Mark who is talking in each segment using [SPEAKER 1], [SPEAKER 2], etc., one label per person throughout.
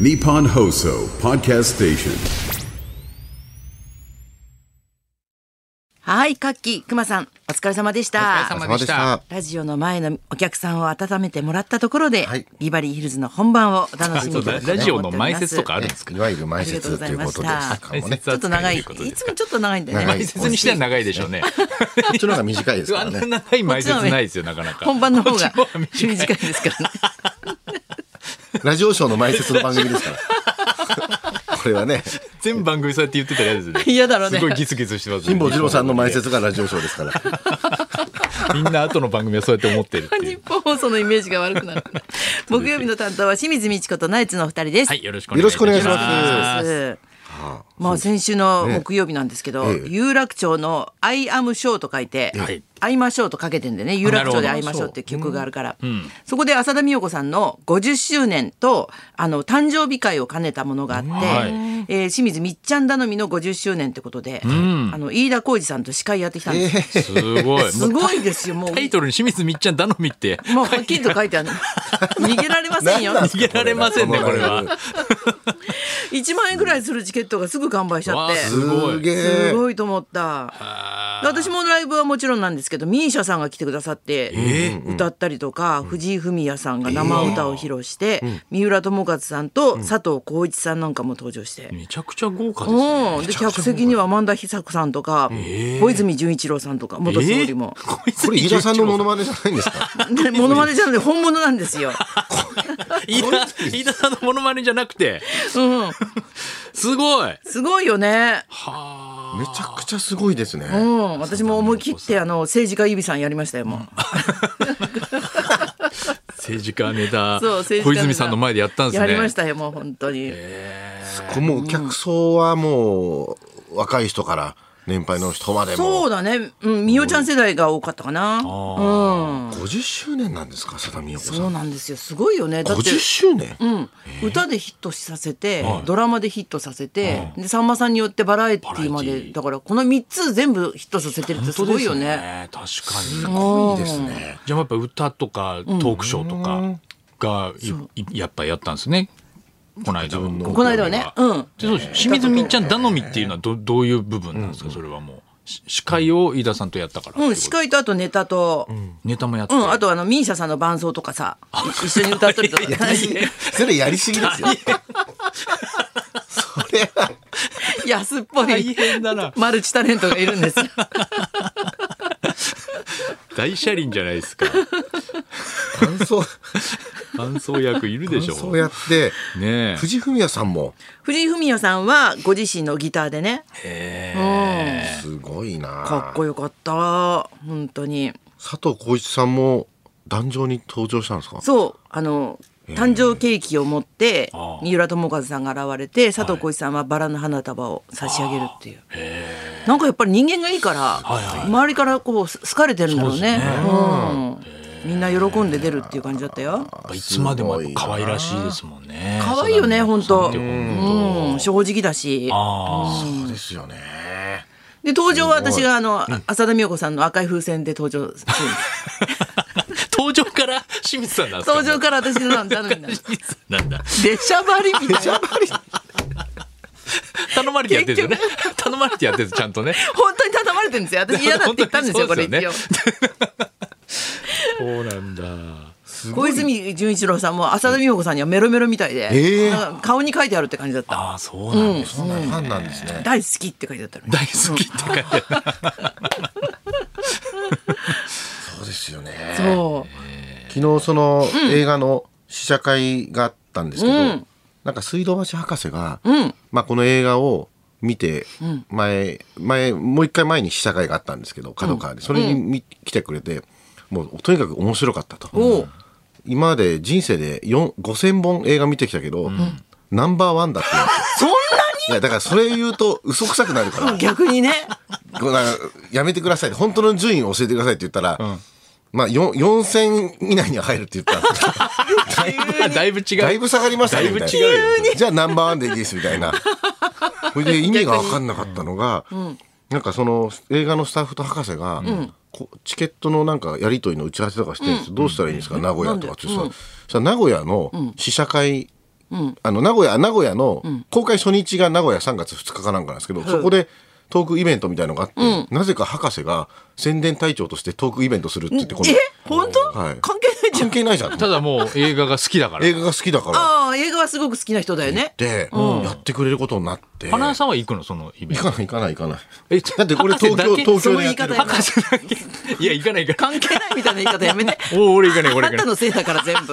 [SPEAKER 1] Nippon Hoso Podcast Station.
[SPEAKER 2] はい、カッキー、熊さん、お疲れ様でし
[SPEAKER 3] お疲れ
[SPEAKER 2] た
[SPEAKER 3] 様。
[SPEAKER 4] 様でした。
[SPEAKER 2] ラジオの前のお客さんを温めてもらったところで、
[SPEAKER 4] はい
[SPEAKER 2] ビバリーヒルズの本番をお楽しみいただきたい
[SPEAKER 3] ラジ
[SPEAKER 2] と
[SPEAKER 3] オ
[SPEAKER 2] 思
[SPEAKER 3] の
[SPEAKER 2] っております
[SPEAKER 3] 前説とかあるんですか
[SPEAKER 4] いわゆる前説ということですかもね。
[SPEAKER 2] ちょっと長い。い
[SPEAKER 3] ということです
[SPEAKER 2] つ
[SPEAKER 3] か
[SPEAKER 2] もちょっと長いんだよ
[SPEAKER 4] 長
[SPEAKER 2] ね
[SPEAKER 4] い。
[SPEAKER 3] 前説にしては長いでしょうね。
[SPEAKER 4] こっちの方が短いですか
[SPEAKER 3] あ
[SPEAKER 4] ら
[SPEAKER 3] ん
[SPEAKER 4] ね
[SPEAKER 3] な。長い前説ないですよ、なかなか。
[SPEAKER 2] 本番の方が
[SPEAKER 3] こっちの 方
[SPEAKER 2] 短いですからね。
[SPEAKER 4] ラジオショーの前説の番組 ですから。これはね、
[SPEAKER 3] 全番組そうやって言ってたら嫌ですね。
[SPEAKER 2] 嫌だろうね
[SPEAKER 3] すごいギスギスしてますね。
[SPEAKER 4] 辛坊治郎さんの前説がラジオショーですから。
[SPEAKER 3] みんな後の番組はそうやって思ってるってい
[SPEAKER 2] 日
[SPEAKER 3] う。
[SPEAKER 2] 本放送のイメージが悪くな る。木曜日の担当は清水美智子とナイツのお二人です。
[SPEAKER 3] はい、よろしくお
[SPEAKER 4] よ
[SPEAKER 3] 願い
[SPEAKER 4] ろ
[SPEAKER 3] し
[SPEAKER 4] し
[SPEAKER 3] ます。
[SPEAKER 4] くお願いし
[SPEAKER 2] ま
[SPEAKER 4] ます。
[SPEAKER 2] す。まあ先週の
[SPEAKER 4] ね
[SPEAKER 2] 木曜日なんですけど、
[SPEAKER 4] ええ
[SPEAKER 2] 有楽町の「アイアムショー」と書いて
[SPEAKER 3] はい
[SPEAKER 2] 「会いましょう」とかけてんでね有楽町で会いましょうっていう曲があるからそこで浅田美代子さんの50周年とあの誕生日会を兼ねたものがあって、
[SPEAKER 3] はい
[SPEAKER 2] えー清水みっちゃん頼みの50周年ってことで、あの飯田浩二さんと司会やってきたんです、
[SPEAKER 3] すごい。も
[SPEAKER 2] す
[SPEAKER 3] う
[SPEAKER 2] ごいですよもう
[SPEAKER 3] タイトルに清水みっちゃん頼みって。
[SPEAKER 2] もうはっきりと書い てある逃げられませんよ
[SPEAKER 3] 逃げられませんね、これは。
[SPEAKER 2] 1万円ぐらいするチケットがすぐ完売しちゃっ
[SPEAKER 3] わあ
[SPEAKER 2] て。
[SPEAKER 3] すご
[SPEAKER 4] す
[SPEAKER 3] い。
[SPEAKER 4] げ
[SPEAKER 2] す
[SPEAKER 4] え。
[SPEAKER 2] ごいと思った。で私もライブはもちろんなんですけど、ミーシャさんが来てくださって、歌ったりとか、藤井フミヤさんが生歌を披露して、三浦友和さんと佐藤浩一さんなんかも登場して。
[SPEAKER 3] めちゃくちゃ豪華ですね。
[SPEAKER 2] うん、で客席には万田久子さんとか、小泉純一郎さんとか元総理も、
[SPEAKER 3] えーこいつ
[SPEAKER 4] これ飯田さんのモノマネじゃないんですか。
[SPEAKER 2] で モノマネじゃなくて本物なんですよ。
[SPEAKER 3] 飯田飯田さんのモノマネじゃなくて。
[SPEAKER 2] うん、
[SPEAKER 3] すごい。
[SPEAKER 2] すごいよね。
[SPEAKER 4] めちゃくちゃすごいですね。
[SPEAKER 2] うん、私も思い切ってあの政治家ゆびさんやりましたよもう。
[SPEAKER 3] 政治家ネタ。
[SPEAKER 2] そう
[SPEAKER 3] 小
[SPEAKER 2] 政治家ネタ
[SPEAKER 3] 泉さんの前でやったんですね。
[SPEAKER 2] やりましたよもう本当に。
[SPEAKER 4] こもう客層はもう若い人から年配の人まで
[SPEAKER 2] そ
[SPEAKER 4] も
[SPEAKER 2] うだね、うん、みおちゃん世代が多かったかな。うん、
[SPEAKER 4] 50周年なんですか、佐田美代子さ。
[SPEAKER 2] そうんなんですよ、すごいよね、だって
[SPEAKER 4] 50。周年。
[SPEAKER 2] うん、歌でヒットさせて、ドラマでヒットさせて、でさんまさんによってバラエティーま
[SPEAKER 3] バラエテ
[SPEAKER 2] で
[SPEAKER 3] ィー
[SPEAKER 2] だからこの3つ全部ヒットさせてるってすごいよね
[SPEAKER 3] 本当ですね確かに。
[SPEAKER 4] いいですね。
[SPEAKER 3] じゃあやっぱ歌とかトークショーとかがいいやっぱやったんですね。この間は。
[SPEAKER 2] この間はねうん
[SPEAKER 3] でそうです清水みっちゃん頼みっていうのはどどういう部分なんですか、それはもう。し司会を飯田さんとやったからってこと。
[SPEAKER 2] うん、司会とあとネタと、うん、
[SPEAKER 3] ネタもやって。
[SPEAKER 2] あとあのミーシャさんの伴奏とか さ、い一緒に歌っとるとか、
[SPEAKER 4] それやりすぎですよ。それは。
[SPEAKER 2] 安っぽい
[SPEAKER 3] 変だな。
[SPEAKER 2] マルチタレントがいるんですよ。
[SPEAKER 3] 大車輪じゃないです か。
[SPEAKER 4] 感想、
[SPEAKER 3] 伴奏役いるでしょ。
[SPEAKER 4] そうやって、
[SPEAKER 3] ねえ。
[SPEAKER 4] 藤井フミヤさんも、
[SPEAKER 2] 藤井フミヤさんはご自身のギターでね、
[SPEAKER 4] すごいな
[SPEAKER 2] かっこよかった、本当に。
[SPEAKER 4] 佐藤浩市さんも、壇上に登場したんですか
[SPEAKER 2] そうあの誕生ケーキを持って
[SPEAKER 3] ああ
[SPEAKER 2] 三浦友和さんが現れて佐藤浩市さんはバラの花束を差し上げるっていう、なんかやっぱり人間がいいから、周りからこうす好かれてるんだろうねうん、みんな喜んで出るっていう感じだったよ
[SPEAKER 3] やっぱいつまでもやっぱ可愛らしいですもんね。
[SPEAKER 2] 可愛いよね本当う
[SPEAKER 3] 貞美
[SPEAKER 2] ん正直だし
[SPEAKER 3] あ
[SPEAKER 4] そうですよね。
[SPEAKER 2] で登場は私があの、浅田美代子さんの赤い風船で登場 する
[SPEAKER 3] あ。 登場から清水さんなんですか。
[SPEAKER 2] 登場から私のなんだみんな
[SPEAKER 3] 清 水さんなんだ。
[SPEAKER 2] 出しゃばりみたいな
[SPEAKER 3] 頼まれてやってるんですよね。頼まれてやってるんですちゃんとね。
[SPEAKER 2] 本当に畳まれてるんですよ私嫌だって言ったんですよこれ一応。
[SPEAKER 3] そうなんだ。
[SPEAKER 2] 小泉純一郎さんも浅田美代子さんにはメロメロみたいで、
[SPEAKER 4] ええ
[SPEAKER 2] なんか顔に書いてあるって感じだった
[SPEAKER 3] ああ、そうなんです。
[SPEAKER 4] そんなファンなんですね。
[SPEAKER 2] 大好きって書いてあったのに
[SPEAKER 3] 大好きって書いてある。
[SPEAKER 4] そうですよね。
[SPEAKER 2] そ
[SPEAKER 4] 昨日その映画の試写会があったんですけど、なんか水道橋博士が、まあ、この映画を見て前、前もう一回前に試写会があったんですけど角川でそれに見、来てくれてもうとにかく面白かったと、
[SPEAKER 2] おう
[SPEAKER 4] 今まで人生で4 5,000本映画見てきたけど、ナンバーワンだって言うんですよ
[SPEAKER 2] うそん
[SPEAKER 4] いやだからそれ言うと嘘くさくなるから
[SPEAKER 2] なに逆にね
[SPEAKER 4] こうなんかやめてくださいって本当の順位を教えてくださいって言ったら、まあよん4000以内には入るって言ったんですけど
[SPEAKER 3] あだいぶ違う。
[SPEAKER 4] だいぶ下がりましたねみた
[SPEAKER 3] だ
[SPEAKER 4] いな
[SPEAKER 3] いぶ違うよ
[SPEAKER 4] じゃあナンバーワンでいいですみたいなそ れで意味が分かんなかったのが、なんかその映画のスタッフと博士が、こうチケットのなんかやり取りの打ち合わせとかしてるんですよどうしたらいいんですか名古屋とかって言ってさそしたら名古屋の試写会あの名古屋名古屋の公開初日が名古屋3月2日かなんかなんですけど、そこでトークイベントみたいのがあって、なぜか博士が宣伝隊長としてトークイベントするって言ってこの
[SPEAKER 2] え本当、
[SPEAKER 4] はい
[SPEAKER 2] 関係ないじゃん
[SPEAKER 4] 関係ないじゃん
[SPEAKER 3] ただもう映画が好きだから
[SPEAKER 4] 映画が好きだからっ
[SPEAKER 2] ああ映画はすごく好きな人だよね
[SPEAKER 4] てやってくれることになって
[SPEAKER 3] 花輪さんは行くのそのイベン
[SPEAKER 4] 行
[SPEAKER 3] ト
[SPEAKER 4] かない行かない行かない
[SPEAKER 3] え
[SPEAKER 4] だってこれ
[SPEAKER 3] 博士
[SPEAKER 4] 東
[SPEAKER 3] だ
[SPEAKER 4] 京
[SPEAKER 3] け
[SPEAKER 4] 東京でやってる
[SPEAKER 2] その言い方や
[SPEAKER 4] から
[SPEAKER 2] な
[SPEAKER 3] 博士だけいや行かない行かな
[SPEAKER 2] 関
[SPEAKER 3] い
[SPEAKER 2] 係ないみたいな言い方やめて
[SPEAKER 3] お俺行かない俺
[SPEAKER 2] あ
[SPEAKER 3] 行
[SPEAKER 2] んた
[SPEAKER 3] かない
[SPEAKER 2] のせいだから全部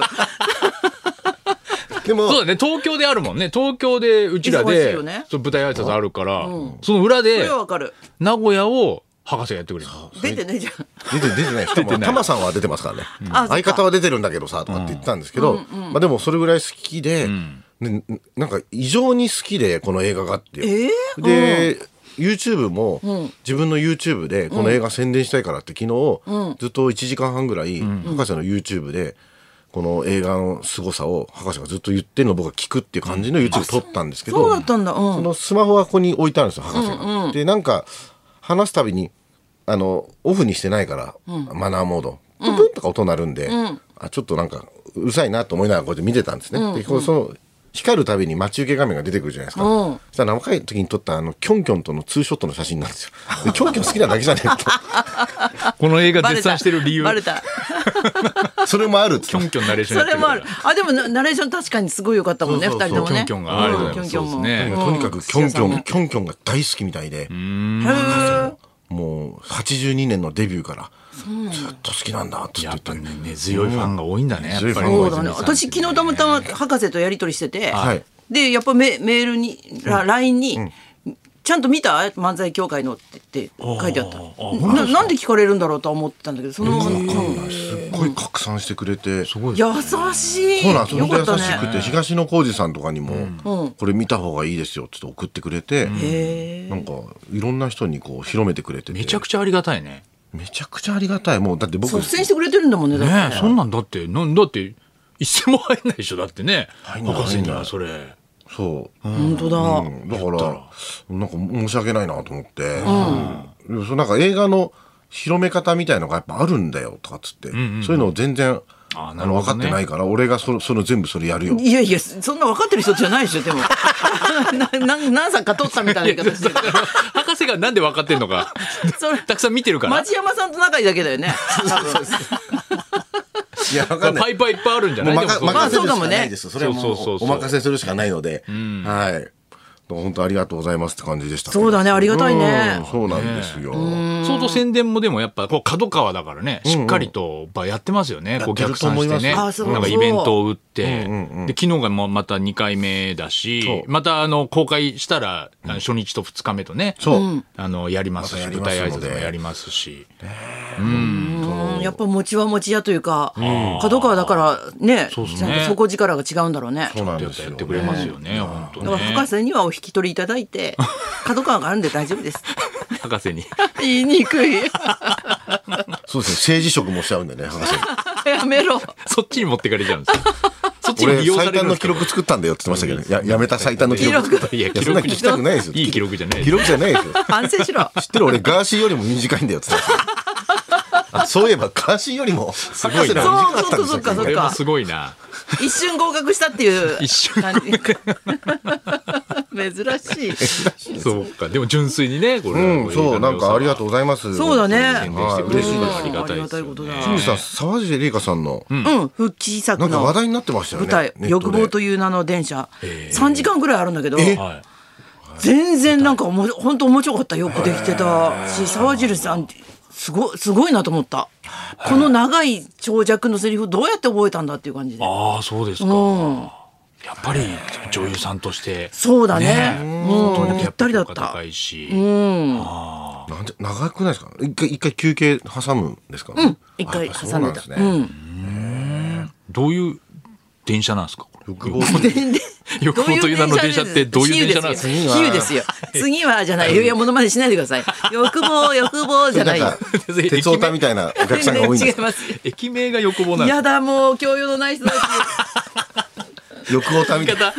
[SPEAKER 4] で も
[SPEAKER 3] そうだね東京であるもんね東京でうちら
[SPEAKER 2] 忙しい
[SPEAKER 3] で
[SPEAKER 2] よね
[SPEAKER 3] そう舞台挨拶あるからその裏
[SPEAKER 2] そ
[SPEAKER 3] で
[SPEAKER 2] れはわかる
[SPEAKER 3] 名古屋を博士がやってくれる
[SPEAKER 2] 出てねじゃん
[SPEAKER 4] 出て出てない人も
[SPEAKER 3] ない
[SPEAKER 4] タマさんは出てますからね、
[SPEAKER 2] あそっか
[SPEAKER 4] 相方は出てるんだけどさとかって言ってたんですけど、まあ、でもそれぐらい好きで、でなんか異常に好きでこの映画があって、
[SPEAKER 2] ええ
[SPEAKER 4] で、YouTube も、自分の YouTube でこの映画宣伝したいからって昨日、ずっと1時間半ぐらい、博士の YouTube でこの映画の凄さを博士がずっと言ってるのを僕は聞くっていう感じの YouTube 撮ったんですけど、
[SPEAKER 2] そうだったんだうん
[SPEAKER 4] そのスマホはここに置いてあるんですよ博士が。でなんか話すたびにあのオフにしてないから、マナーモードプンプンとか音鳴るんで、あちょっとなんかうるさいなと思いながらこうやって見てたんですね。でこうその光るたびに待ち受け画面が出てくるじゃないですか。
[SPEAKER 2] うん
[SPEAKER 4] そしたら若い時に撮ったあのキョンキョンとのツーショットの写真なん ですよ。でキョンキョン好きなだけじゃねえ
[SPEAKER 3] この映画
[SPEAKER 2] バレ
[SPEAKER 3] 絶
[SPEAKER 2] た
[SPEAKER 3] 賛してる理由
[SPEAKER 2] バレた
[SPEAKER 4] と。それもあるっつって
[SPEAKER 3] キョンキョンナレーション
[SPEAKER 2] そ
[SPEAKER 3] やっ
[SPEAKER 2] れ
[SPEAKER 3] てる
[SPEAKER 2] も
[SPEAKER 3] か
[SPEAKER 2] あ
[SPEAKER 3] ら
[SPEAKER 2] るあでもなナレーション確かにすごい良かったもんね
[SPEAKER 4] そ
[SPEAKER 2] 二
[SPEAKER 4] うそ
[SPEAKER 2] 人
[SPEAKER 4] う
[SPEAKER 2] とも
[SPEAKER 3] キョ
[SPEAKER 2] ね
[SPEAKER 3] ンキョンがありがとうございます
[SPEAKER 2] うんキョンキョンも
[SPEAKER 3] そうですね
[SPEAKER 4] とにかくキョンキョンキョンキョンが大好きみたいで。
[SPEAKER 2] へえ
[SPEAKER 4] もう82年のデビューからずっと好きなんだって言
[SPEAKER 3] や
[SPEAKER 4] っ
[SPEAKER 3] って
[SPEAKER 4] た
[SPEAKER 3] ぱ
[SPEAKER 4] んで
[SPEAKER 3] ね根強いファンが多いんだねやっぱり
[SPEAKER 4] 根強いファンが多
[SPEAKER 2] そ
[SPEAKER 4] いう
[SPEAKER 2] だね私昨日たまたま博士とやり取りしてて、
[SPEAKER 4] はい
[SPEAKER 2] でやっぱメメールにら LINE に、ちゃんと見た漫才協会のってって書いてあったななんで聞かれるんだろうとは思ってたんだけどその、
[SPEAKER 4] すっごい拡散してくれて、そう
[SPEAKER 3] ごい
[SPEAKER 2] 優しい
[SPEAKER 4] なんです
[SPEAKER 2] よ
[SPEAKER 4] 本当
[SPEAKER 2] かっ
[SPEAKER 4] 優したく
[SPEAKER 2] ね
[SPEAKER 4] て、東野幸治さんとかにも、これ見た方がいいですよって言って送ってくれて、
[SPEAKER 2] へえ
[SPEAKER 4] なんかいろんな人にこう広めてくれてて
[SPEAKER 3] めちゃくちゃありがたいね
[SPEAKER 4] めちゃくちゃありがたいもうだって僕
[SPEAKER 2] 率先してくれてるんだもんねだって
[SPEAKER 3] ねえそんなんだってなんだって一銭も入んないでしょだってね
[SPEAKER 4] 入んない
[SPEAKER 3] 博士に
[SPEAKER 4] 入んな
[SPEAKER 3] はいそれ
[SPEAKER 4] そう、
[SPEAKER 2] 本当だ、
[SPEAKER 4] うんだからなんか申し訳ないなと思って、でもそのなんか映画の広め方みたいのがやっぱあるんだよとかっつって、そういうのを全然
[SPEAKER 3] あ
[SPEAKER 4] あ
[SPEAKER 3] なる
[SPEAKER 4] の
[SPEAKER 3] ほどね
[SPEAKER 4] 分かってないから俺がそれそれ全部それやるよ
[SPEAKER 2] いやいやそんな分かってる人じゃないでしょでも なな何作か撮ったみたいな言い方してる
[SPEAKER 3] 博士がなんで分かってんのか
[SPEAKER 2] それ
[SPEAKER 3] たくさん見てるから
[SPEAKER 2] 町山さんと仲いいだけだよね
[SPEAKER 4] いや分
[SPEAKER 3] まあパイパーいっぱいあるんじゃ
[SPEAKER 4] も
[SPEAKER 3] な
[SPEAKER 4] う
[SPEAKER 3] い
[SPEAKER 4] 任
[SPEAKER 3] でも
[SPEAKER 4] 任
[SPEAKER 2] まあ
[SPEAKER 4] せ
[SPEAKER 2] そう
[SPEAKER 4] るし
[SPEAKER 2] か
[SPEAKER 4] か
[SPEAKER 2] もね
[SPEAKER 4] ないです。それはもう
[SPEAKER 3] そうそうそう
[SPEAKER 4] お
[SPEAKER 3] そう
[SPEAKER 4] 任せするしかないので、はい。本当ありがとうございますって感じでしたけど。
[SPEAKER 2] そうだねありがたいね
[SPEAKER 4] うんそうなんですよ。
[SPEAKER 3] 相当宣伝もでもやっぱこう角川だからねしっかりとやっぱやってますよね、こう
[SPEAKER 4] やっ
[SPEAKER 3] 逆
[SPEAKER 4] てると
[SPEAKER 3] 算
[SPEAKER 4] 思
[SPEAKER 3] し
[SPEAKER 4] い
[SPEAKER 3] て
[SPEAKER 4] ます
[SPEAKER 3] ね
[SPEAKER 2] あそうそう
[SPEAKER 3] なんかイベントを打って、で昨日がもうまた2回目だし
[SPEAKER 4] そう
[SPEAKER 3] またあの公開したらあの初日と2日目とね
[SPEAKER 4] そう。
[SPEAKER 3] あのやりますし、
[SPEAKER 4] またや
[SPEAKER 3] 舞
[SPEAKER 4] り
[SPEAKER 3] 台挨
[SPEAKER 4] ますので
[SPEAKER 3] 拶もやりますし、
[SPEAKER 2] うんやっぱ餅は餅屋というか角川だからね
[SPEAKER 3] うそう
[SPEAKER 2] ちゃんと底力が違うんだろうね
[SPEAKER 4] そうなん
[SPEAKER 3] や
[SPEAKER 4] で
[SPEAKER 3] っ
[SPEAKER 4] す
[SPEAKER 3] ぱ
[SPEAKER 4] よ
[SPEAKER 3] やってくれますよね、本当
[SPEAKER 2] だから博
[SPEAKER 3] ね。
[SPEAKER 2] 士にはお引き取りいただいて 角川があるんで大丈夫です
[SPEAKER 3] 博士に。
[SPEAKER 2] 言いにくい
[SPEAKER 4] そうですね。政治職もしちゃうんでね、博士。
[SPEAKER 2] やめろ
[SPEAKER 3] そっちに持ってかれちゃうん ですよ。そっちに利
[SPEAKER 4] 俺
[SPEAKER 3] 用さ
[SPEAKER 4] 最
[SPEAKER 3] れるんで
[SPEAKER 4] 短の
[SPEAKER 3] すか
[SPEAKER 4] 記録作ったんだよって言ってましたけどね、ややめた最短の記録。
[SPEAKER 2] 記録
[SPEAKER 3] いや、
[SPEAKER 4] いや
[SPEAKER 3] 記
[SPEAKER 4] そんな
[SPEAKER 3] 録
[SPEAKER 4] 聞きたくないですよ。
[SPEAKER 3] いい記録じゃない
[SPEAKER 4] 記録じゃな いですよ。
[SPEAKER 2] 反省しろ
[SPEAKER 4] 知ってる俺ガーシーよりも短いんだよって言ってましたよ。あそういえばガーシーよりも博士の方が短かっ
[SPEAKER 2] そ
[SPEAKER 4] たんですよ
[SPEAKER 2] うそうそうそう。
[SPEAKER 3] これはすごいな。
[SPEAKER 2] 一瞬合格したっていう
[SPEAKER 3] 一 瞬
[SPEAKER 2] 感じ 珍しい
[SPEAKER 3] そうか。でも純粋にね、これはこ
[SPEAKER 4] うん、そう、なんかありがとうございます。
[SPEAKER 2] そうだね
[SPEAKER 3] 宣伝してくれるのはあ
[SPEAKER 2] うん
[SPEAKER 3] りがた
[SPEAKER 2] あ
[SPEAKER 3] いですよ
[SPEAKER 2] りがたいこ
[SPEAKER 3] ね
[SPEAKER 2] とだ
[SPEAKER 4] 清水さん、沢尻玲香さんの、
[SPEAKER 2] うん復帰作
[SPEAKER 4] なんか
[SPEAKER 2] の
[SPEAKER 4] 話題になってましたよね。
[SPEAKER 2] 舞台「
[SPEAKER 4] ネット
[SPEAKER 2] 欲
[SPEAKER 4] で
[SPEAKER 2] 望という名の電車」3時間ぐらいあるんだけど
[SPEAKER 3] はい。
[SPEAKER 2] 全然なんかおも本当面白かったよくできてたし沢尻さんすごすごいなと思ったこの長い長尺のセリフどうやって覚えたんだっていう感じで
[SPEAKER 3] ああ、そうですか。
[SPEAKER 2] うん
[SPEAKER 3] やっぱり女優さんとして。
[SPEAKER 2] そうだね
[SPEAKER 3] と
[SPEAKER 2] うん
[SPEAKER 3] にかく
[SPEAKER 2] ぴ
[SPEAKER 3] や
[SPEAKER 2] っ
[SPEAKER 3] ぱ
[SPEAKER 2] たりだっ
[SPEAKER 3] 評価
[SPEAKER 2] た
[SPEAKER 3] 高いし。
[SPEAKER 4] なんで長くないですか一回一回休憩挟むんですか
[SPEAKER 2] 一回
[SPEAKER 4] あそう
[SPEAKER 2] 挟んで
[SPEAKER 4] なんで
[SPEAKER 2] た
[SPEAKER 4] すね
[SPEAKER 3] どういう電車なんですかこれ
[SPEAKER 4] 欲望という
[SPEAKER 2] でで
[SPEAKER 3] 欲望という名の電車ってどういう電車なんですか
[SPEAKER 2] 比喩ですよ次はじゃないいやものまねしないでください欲望欲望じゃ
[SPEAKER 4] な
[SPEAKER 2] なんいよ
[SPEAKER 4] か 鉄オタみたいなお客さんが 多いんで
[SPEAKER 2] 違い
[SPEAKER 4] す
[SPEAKER 2] ます
[SPEAKER 3] 駅名が欲望なんです
[SPEAKER 2] やだもう教養のない人たち
[SPEAKER 4] 欲オタみたいな
[SPEAKER 3] か。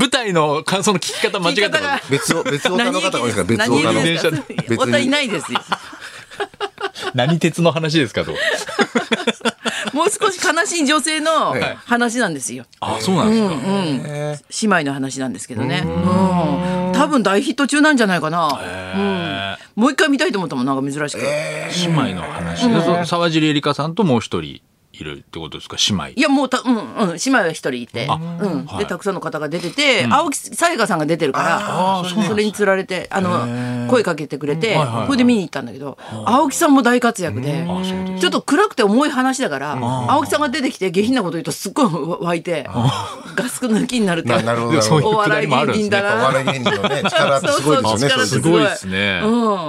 [SPEAKER 3] 舞台の感想の聞き方間違ってます。
[SPEAKER 4] 別を別オタの方が多いですから別オ
[SPEAKER 2] 何
[SPEAKER 4] タの
[SPEAKER 2] 言う
[SPEAKER 3] 駅
[SPEAKER 2] ん
[SPEAKER 3] で
[SPEAKER 2] ですす
[SPEAKER 3] か
[SPEAKER 2] か
[SPEAKER 4] 別に
[SPEAKER 2] おたいないですよ
[SPEAKER 3] 何鉄の話ですかと。
[SPEAKER 2] もう少し悲しい女性の話なんですよ。
[SPEAKER 3] あ、そうなんですか。
[SPEAKER 2] 姉妹の話なんですけどね。うん。多分大ヒット中なんじゃないかな。うん。もう一回見たいと思ったもん、なんか珍しく。
[SPEAKER 3] 姉妹の話。でそ沢尻エリカさんともう一人いるってことですか、姉
[SPEAKER 2] いやもうた、うんうん、姉妹は一人いて、
[SPEAKER 3] あ
[SPEAKER 2] うん
[SPEAKER 3] は
[SPEAKER 2] で
[SPEAKER 3] い
[SPEAKER 2] たくさんの方が出てて、青木さやかさんが出てるからそれにつられてあの声かけてくれて、
[SPEAKER 3] はいはいはい
[SPEAKER 2] これで見に行ったんだけど、青木さんも大活躍で、ちょっと暗くて重い話だから、青木さんが出てきて下品なこと言うとすっごい湧いて、ガス抜きになるって
[SPEAKER 4] ななるほど。
[SPEAKER 3] でそういう
[SPEAKER 2] お笑い芸人だ
[SPEAKER 4] お
[SPEAKER 2] な。
[SPEAKER 4] 笑い芸人のね、力ってすごいですよね。
[SPEAKER 2] そうそう
[SPEAKER 3] す
[SPEAKER 2] す
[SPEAKER 3] ご
[SPEAKER 2] ごい
[SPEAKER 3] いですね。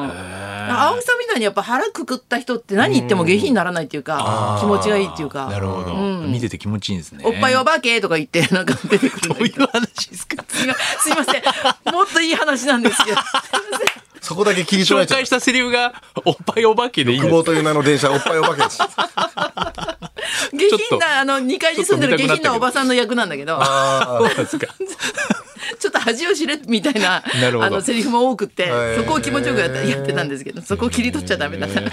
[SPEAKER 2] 青木さんみたいにやっぱ腹くくった人って何言っても下品にならないっていうか、気持ちがいいっていうか
[SPEAKER 3] な、るほど、見てて気持ちいいんですね。
[SPEAKER 2] おっぱいおばけとか言ってなんか出てくる んだ
[SPEAKER 3] どう
[SPEAKER 2] け
[SPEAKER 3] い
[SPEAKER 2] ど
[SPEAKER 3] う話ですか。
[SPEAKER 2] 違うすいません。もっといい話なんです けど。
[SPEAKER 4] そこだけ切り取ら
[SPEAKER 3] 紹
[SPEAKER 4] れちゃう
[SPEAKER 3] 介し。たセリフがおっぱいお化けでいいんで
[SPEAKER 4] 久
[SPEAKER 3] すか
[SPEAKER 4] 保という名の電車、おっぱいお化けです。
[SPEAKER 2] 下
[SPEAKER 3] ち
[SPEAKER 2] 品
[SPEAKER 3] ょっと
[SPEAKER 2] な、あの、2階に住んでる
[SPEAKER 3] ちょっと
[SPEAKER 2] 下
[SPEAKER 3] 見たくなったけど
[SPEAKER 2] 品なおばさんの役なんだけど、
[SPEAKER 3] そうですか。
[SPEAKER 2] ちょっと恥を知れみたいな、
[SPEAKER 3] なるほど
[SPEAKER 2] あの、セリフも多くって、そこを気持ちよくやったやってたんですけど、そこを切り取っちゃダメだな。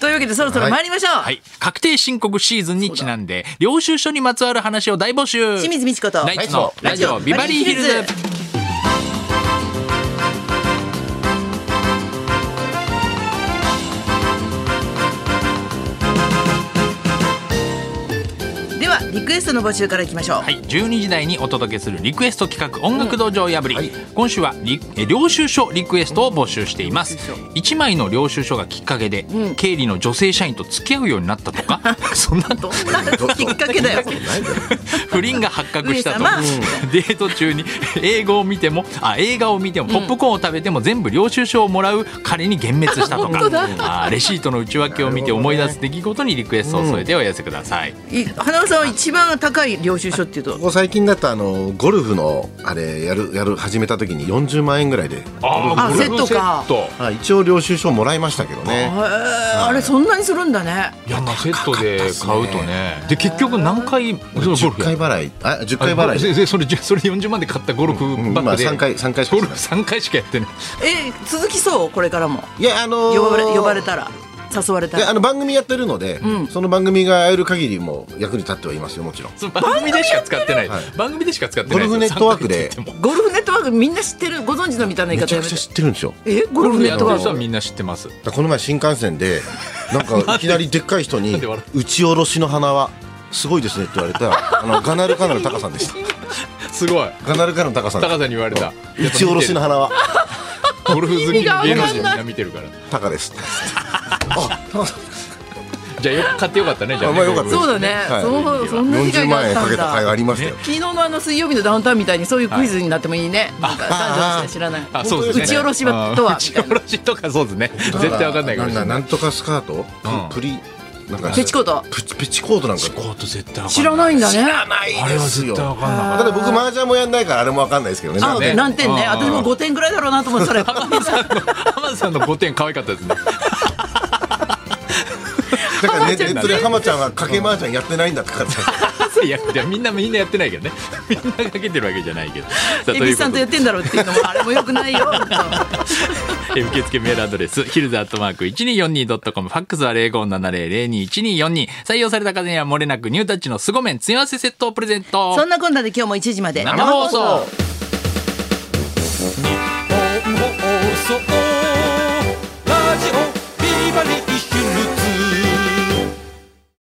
[SPEAKER 2] というわけで、そろそろ参りましょう。
[SPEAKER 3] はい。確定申告シーズンにちなんで、領収書にまつわる話を大募集。
[SPEAKER 2] 清水美智子と
[SPEAKER 3] ナ、イツのラジオビバリーヒルズ。
[SPEAKER 2] では、リクエストの募集からいきましょう。
[SPEAKER 3] はい、12時台にお届けするリクエスト企画音楽道場破り、今週はりえ領収書リクエストを募集しています
[SPEAKER 2] 領収書
[SPEAKER 3] 1枚の領収書がきっかけで、経理の女性社員と付き合うようになったと かそんな
[SPEAKER 2] どんな きっかけ だよ。
[SPEAKER 3] 不倫が発覚したと
[SPEAKER 2] 上様
[SPEAKER 3] デート中に英語を見てもあ映画を見てもポップコーンを食べても全部領収書をもらう彼に幻滅したと
[SPEAKER 2] 本当だ
[SPEAKER 3] かあレシートの内訳を見て思い出す出来事にリクエストを添えてお寄せください、
[SPEAKER 2] い花輪さんは一番高い領収書っていうと
[SPEAKER 4] こ。こ最近だとあのゴルフのあれやるやる始めた時に40万円ぐらいで、
[SPEAKER 3] あ
[SPEAKER 2] あセットか
[SPEAKER 3] セット
[SPEAKER 4] はい、一応領収書もらいましたけどね
[SPEAKER 2] へーあれそんなにするんだね。
[SPEAKER 3] いやまあセットで買うと
[SPEAKER 4] 高かったっす
[SPEAKER 3] ねで結局何回そのゴルフや
[SPEAKER 4] 10回払いあ10回
[SPEAKER 3] あ
[SPEAKER 4] 払い
[SPEAKER 3] 先生それじゅそれ40万で買ったゴルフバ
[SPEAKER 4] うんま
[SPEAKER 3] ッ
[SPEAKER 4] あ
[SPEAKER 3] グで、
[SPEAKER 4] 3回三回しか
[SPEAKER 3] ゴ
[SPEAKER 4] し
[SPEAKER 3] ル
[SPEAKER 4] ない
[SPEAKER 3] フ3回しかやってない
[SPEAKER 2] え続きそうこれからも
[SPEAKER 4] いやあのー
[SPEAKER 2] 呼ばれ呼ばれたら誘われた
[SPEAKER 4] いやあ
[SPEAKER 2] ら。
[SPEAKER 4] の番組やってるので、その番組が会える限りも役に立ってはいますよもちろん
[SPEAKER 3] その番組でしか使ってない、番組でしか使ってない
[SPEAKER 4] ゴルフネットワークで
[SPEAKER 3] 3回って言っても
[SPEAKER 2] ゴルフネットワークみんな知ってるご存知のみたいな言い
[SPEAKER 4] め
[SPEAKER 2] 方
[SPEAKER 4] ちゃ
[SPEAKER 2] や
[SPEAKER 4] く
[SPEAKER 2] め
[SPEAKER 4] ち
[SPEAKER 2] て
[SPEAKER 4] ゃ。知ってるんですよ
[SPEAKER 2] えゴル
[SPEAKER 3] ゴル
[SPEAKER 2] フ
[SPEAKER 3] フ
[SPEAKER 2] ネ
[SPEAKER 3] や
[SPEAKER 2] ッ
[SPEAKER 3] っ
[SPEAKER 2] ト
[SPEAKER 3] てる
[SPEAKER 2] ワー
[SPEAKER 3] 人は
[SPEAKER 2] ク。
[SPEAKER 3] みんな知ってます
[SPEAKER 4] だからこの前新幹線でな んかいきなりでっかい人に
[SPEAKER 3] で笑
[SPEAKER 4] 「打ち下ろしの花はすごいですね」って言われたあのガナルカナルタカさんでした
[SPEAKER 3] すごい
[SPEAKER 4] ガナルカナルタカさん
[SPEAKER 3] 高さんに言われた
[SPEAKER 4] うん打ち下ろしの花は
[SPEAKER 3] ゴルフ好き
[SPEAKER 2] 意味がわ
[SPEAKER 3] の
[SPEAKER 2] かんな
[SPEAKER 3] 芸
[SPEAKER 2] い
[SPEAKER 3] 能人みんな見てるから
[SPEAKER 4] タカです
[SPEAKER 3] じゃあよく買ってよかったねじゃあ
[SPEAKER 4] あまあよかった
[SPEAKER 2] そうだね。
[SPEAKER 4] はい
[SPEAKER 2] そのそんな時
[SPEAKER 4] 40
[SPEAKER 2] 代が
[SPEAKER 4] 万
[SPEAKER 2] あっ
[SPEAKER 4] 円
[SPEAKER 2] た
[SPEAKER 4] か
[SPEAKER 2] ん
[SPEAKER 4] けた会があ
[SPEAKER 2] だ。
[SPEAKER 4] りましたよ
[SPEAKER 2] 昨日のあの水曜日のダウンタウンみたいにそういうクイズになってもいいね。なんか男女しか知らない。
[SPEAKER 3] あそうですね
[SPEAKER 2] 打ち下ろしはとは
[SPEAKER 3] 打
[SPEAKER 2] み
[SPEAKER 3] ち
[SPEAKER 2] た
[SPEAKER 3] 下
[SPEAKER 2] いな。
[SPEAKER 3] ろしとかそうですね絶対わかんないかもしれ
[SPEAKER 4] んだ
[SPEAKER 3] ない
[SPEAKER 4] んとかスカート、ププリなんか
[SPEAKER 2] ペチコート
[SPEAKER 4] プチペチコートなんか
[SPEAKER 3] コート絶対わか
[SPEAKER 2] 知
[SPEAKER 3] んない
[SPEAKER 2] らないんだね。
[SPEAKER 4] ない
[SPEAKER 3] あれは絶対わかんなかった
[SPEAKER 4] だ僕麻雀もやんないからあれもわかんないですけどね
[SPEAKER 2] あ、
[SPEAKER 3] ね
[SPEAKER 2] 何点ね。
[SPEAKER 3] あー
[SPEAKER 2] 私も5点ぐらいだろうなと思ってたら。
[SPEAKER 3] 浜田さんの5点可愛かったですね
[SPEAKER 4] だからネネットで浜ちゃんは賭け麻雀やってないんだとかって
[SPEAKER 3] いやいやみんなみんなやってないけどねみんなかけてるわけじゃないけどさあ
[SPEAKER 2] エビさんとやってんだろうっていうのもあれもよくないよ。本当
[SPEAKER 3] え受付メールアドレス、ヒルズアットマーク 1242.com、ファックスは0570021242。採用された方には漏れなくニュータッチの凄麺詰め合わせセットをプレゼント。
[SPEAKER 2] そんなこんなで今日も1時まで
[SPEAKER 3] 生放送
[SPEAKER 5] 放送ラジオビバリーヒルズ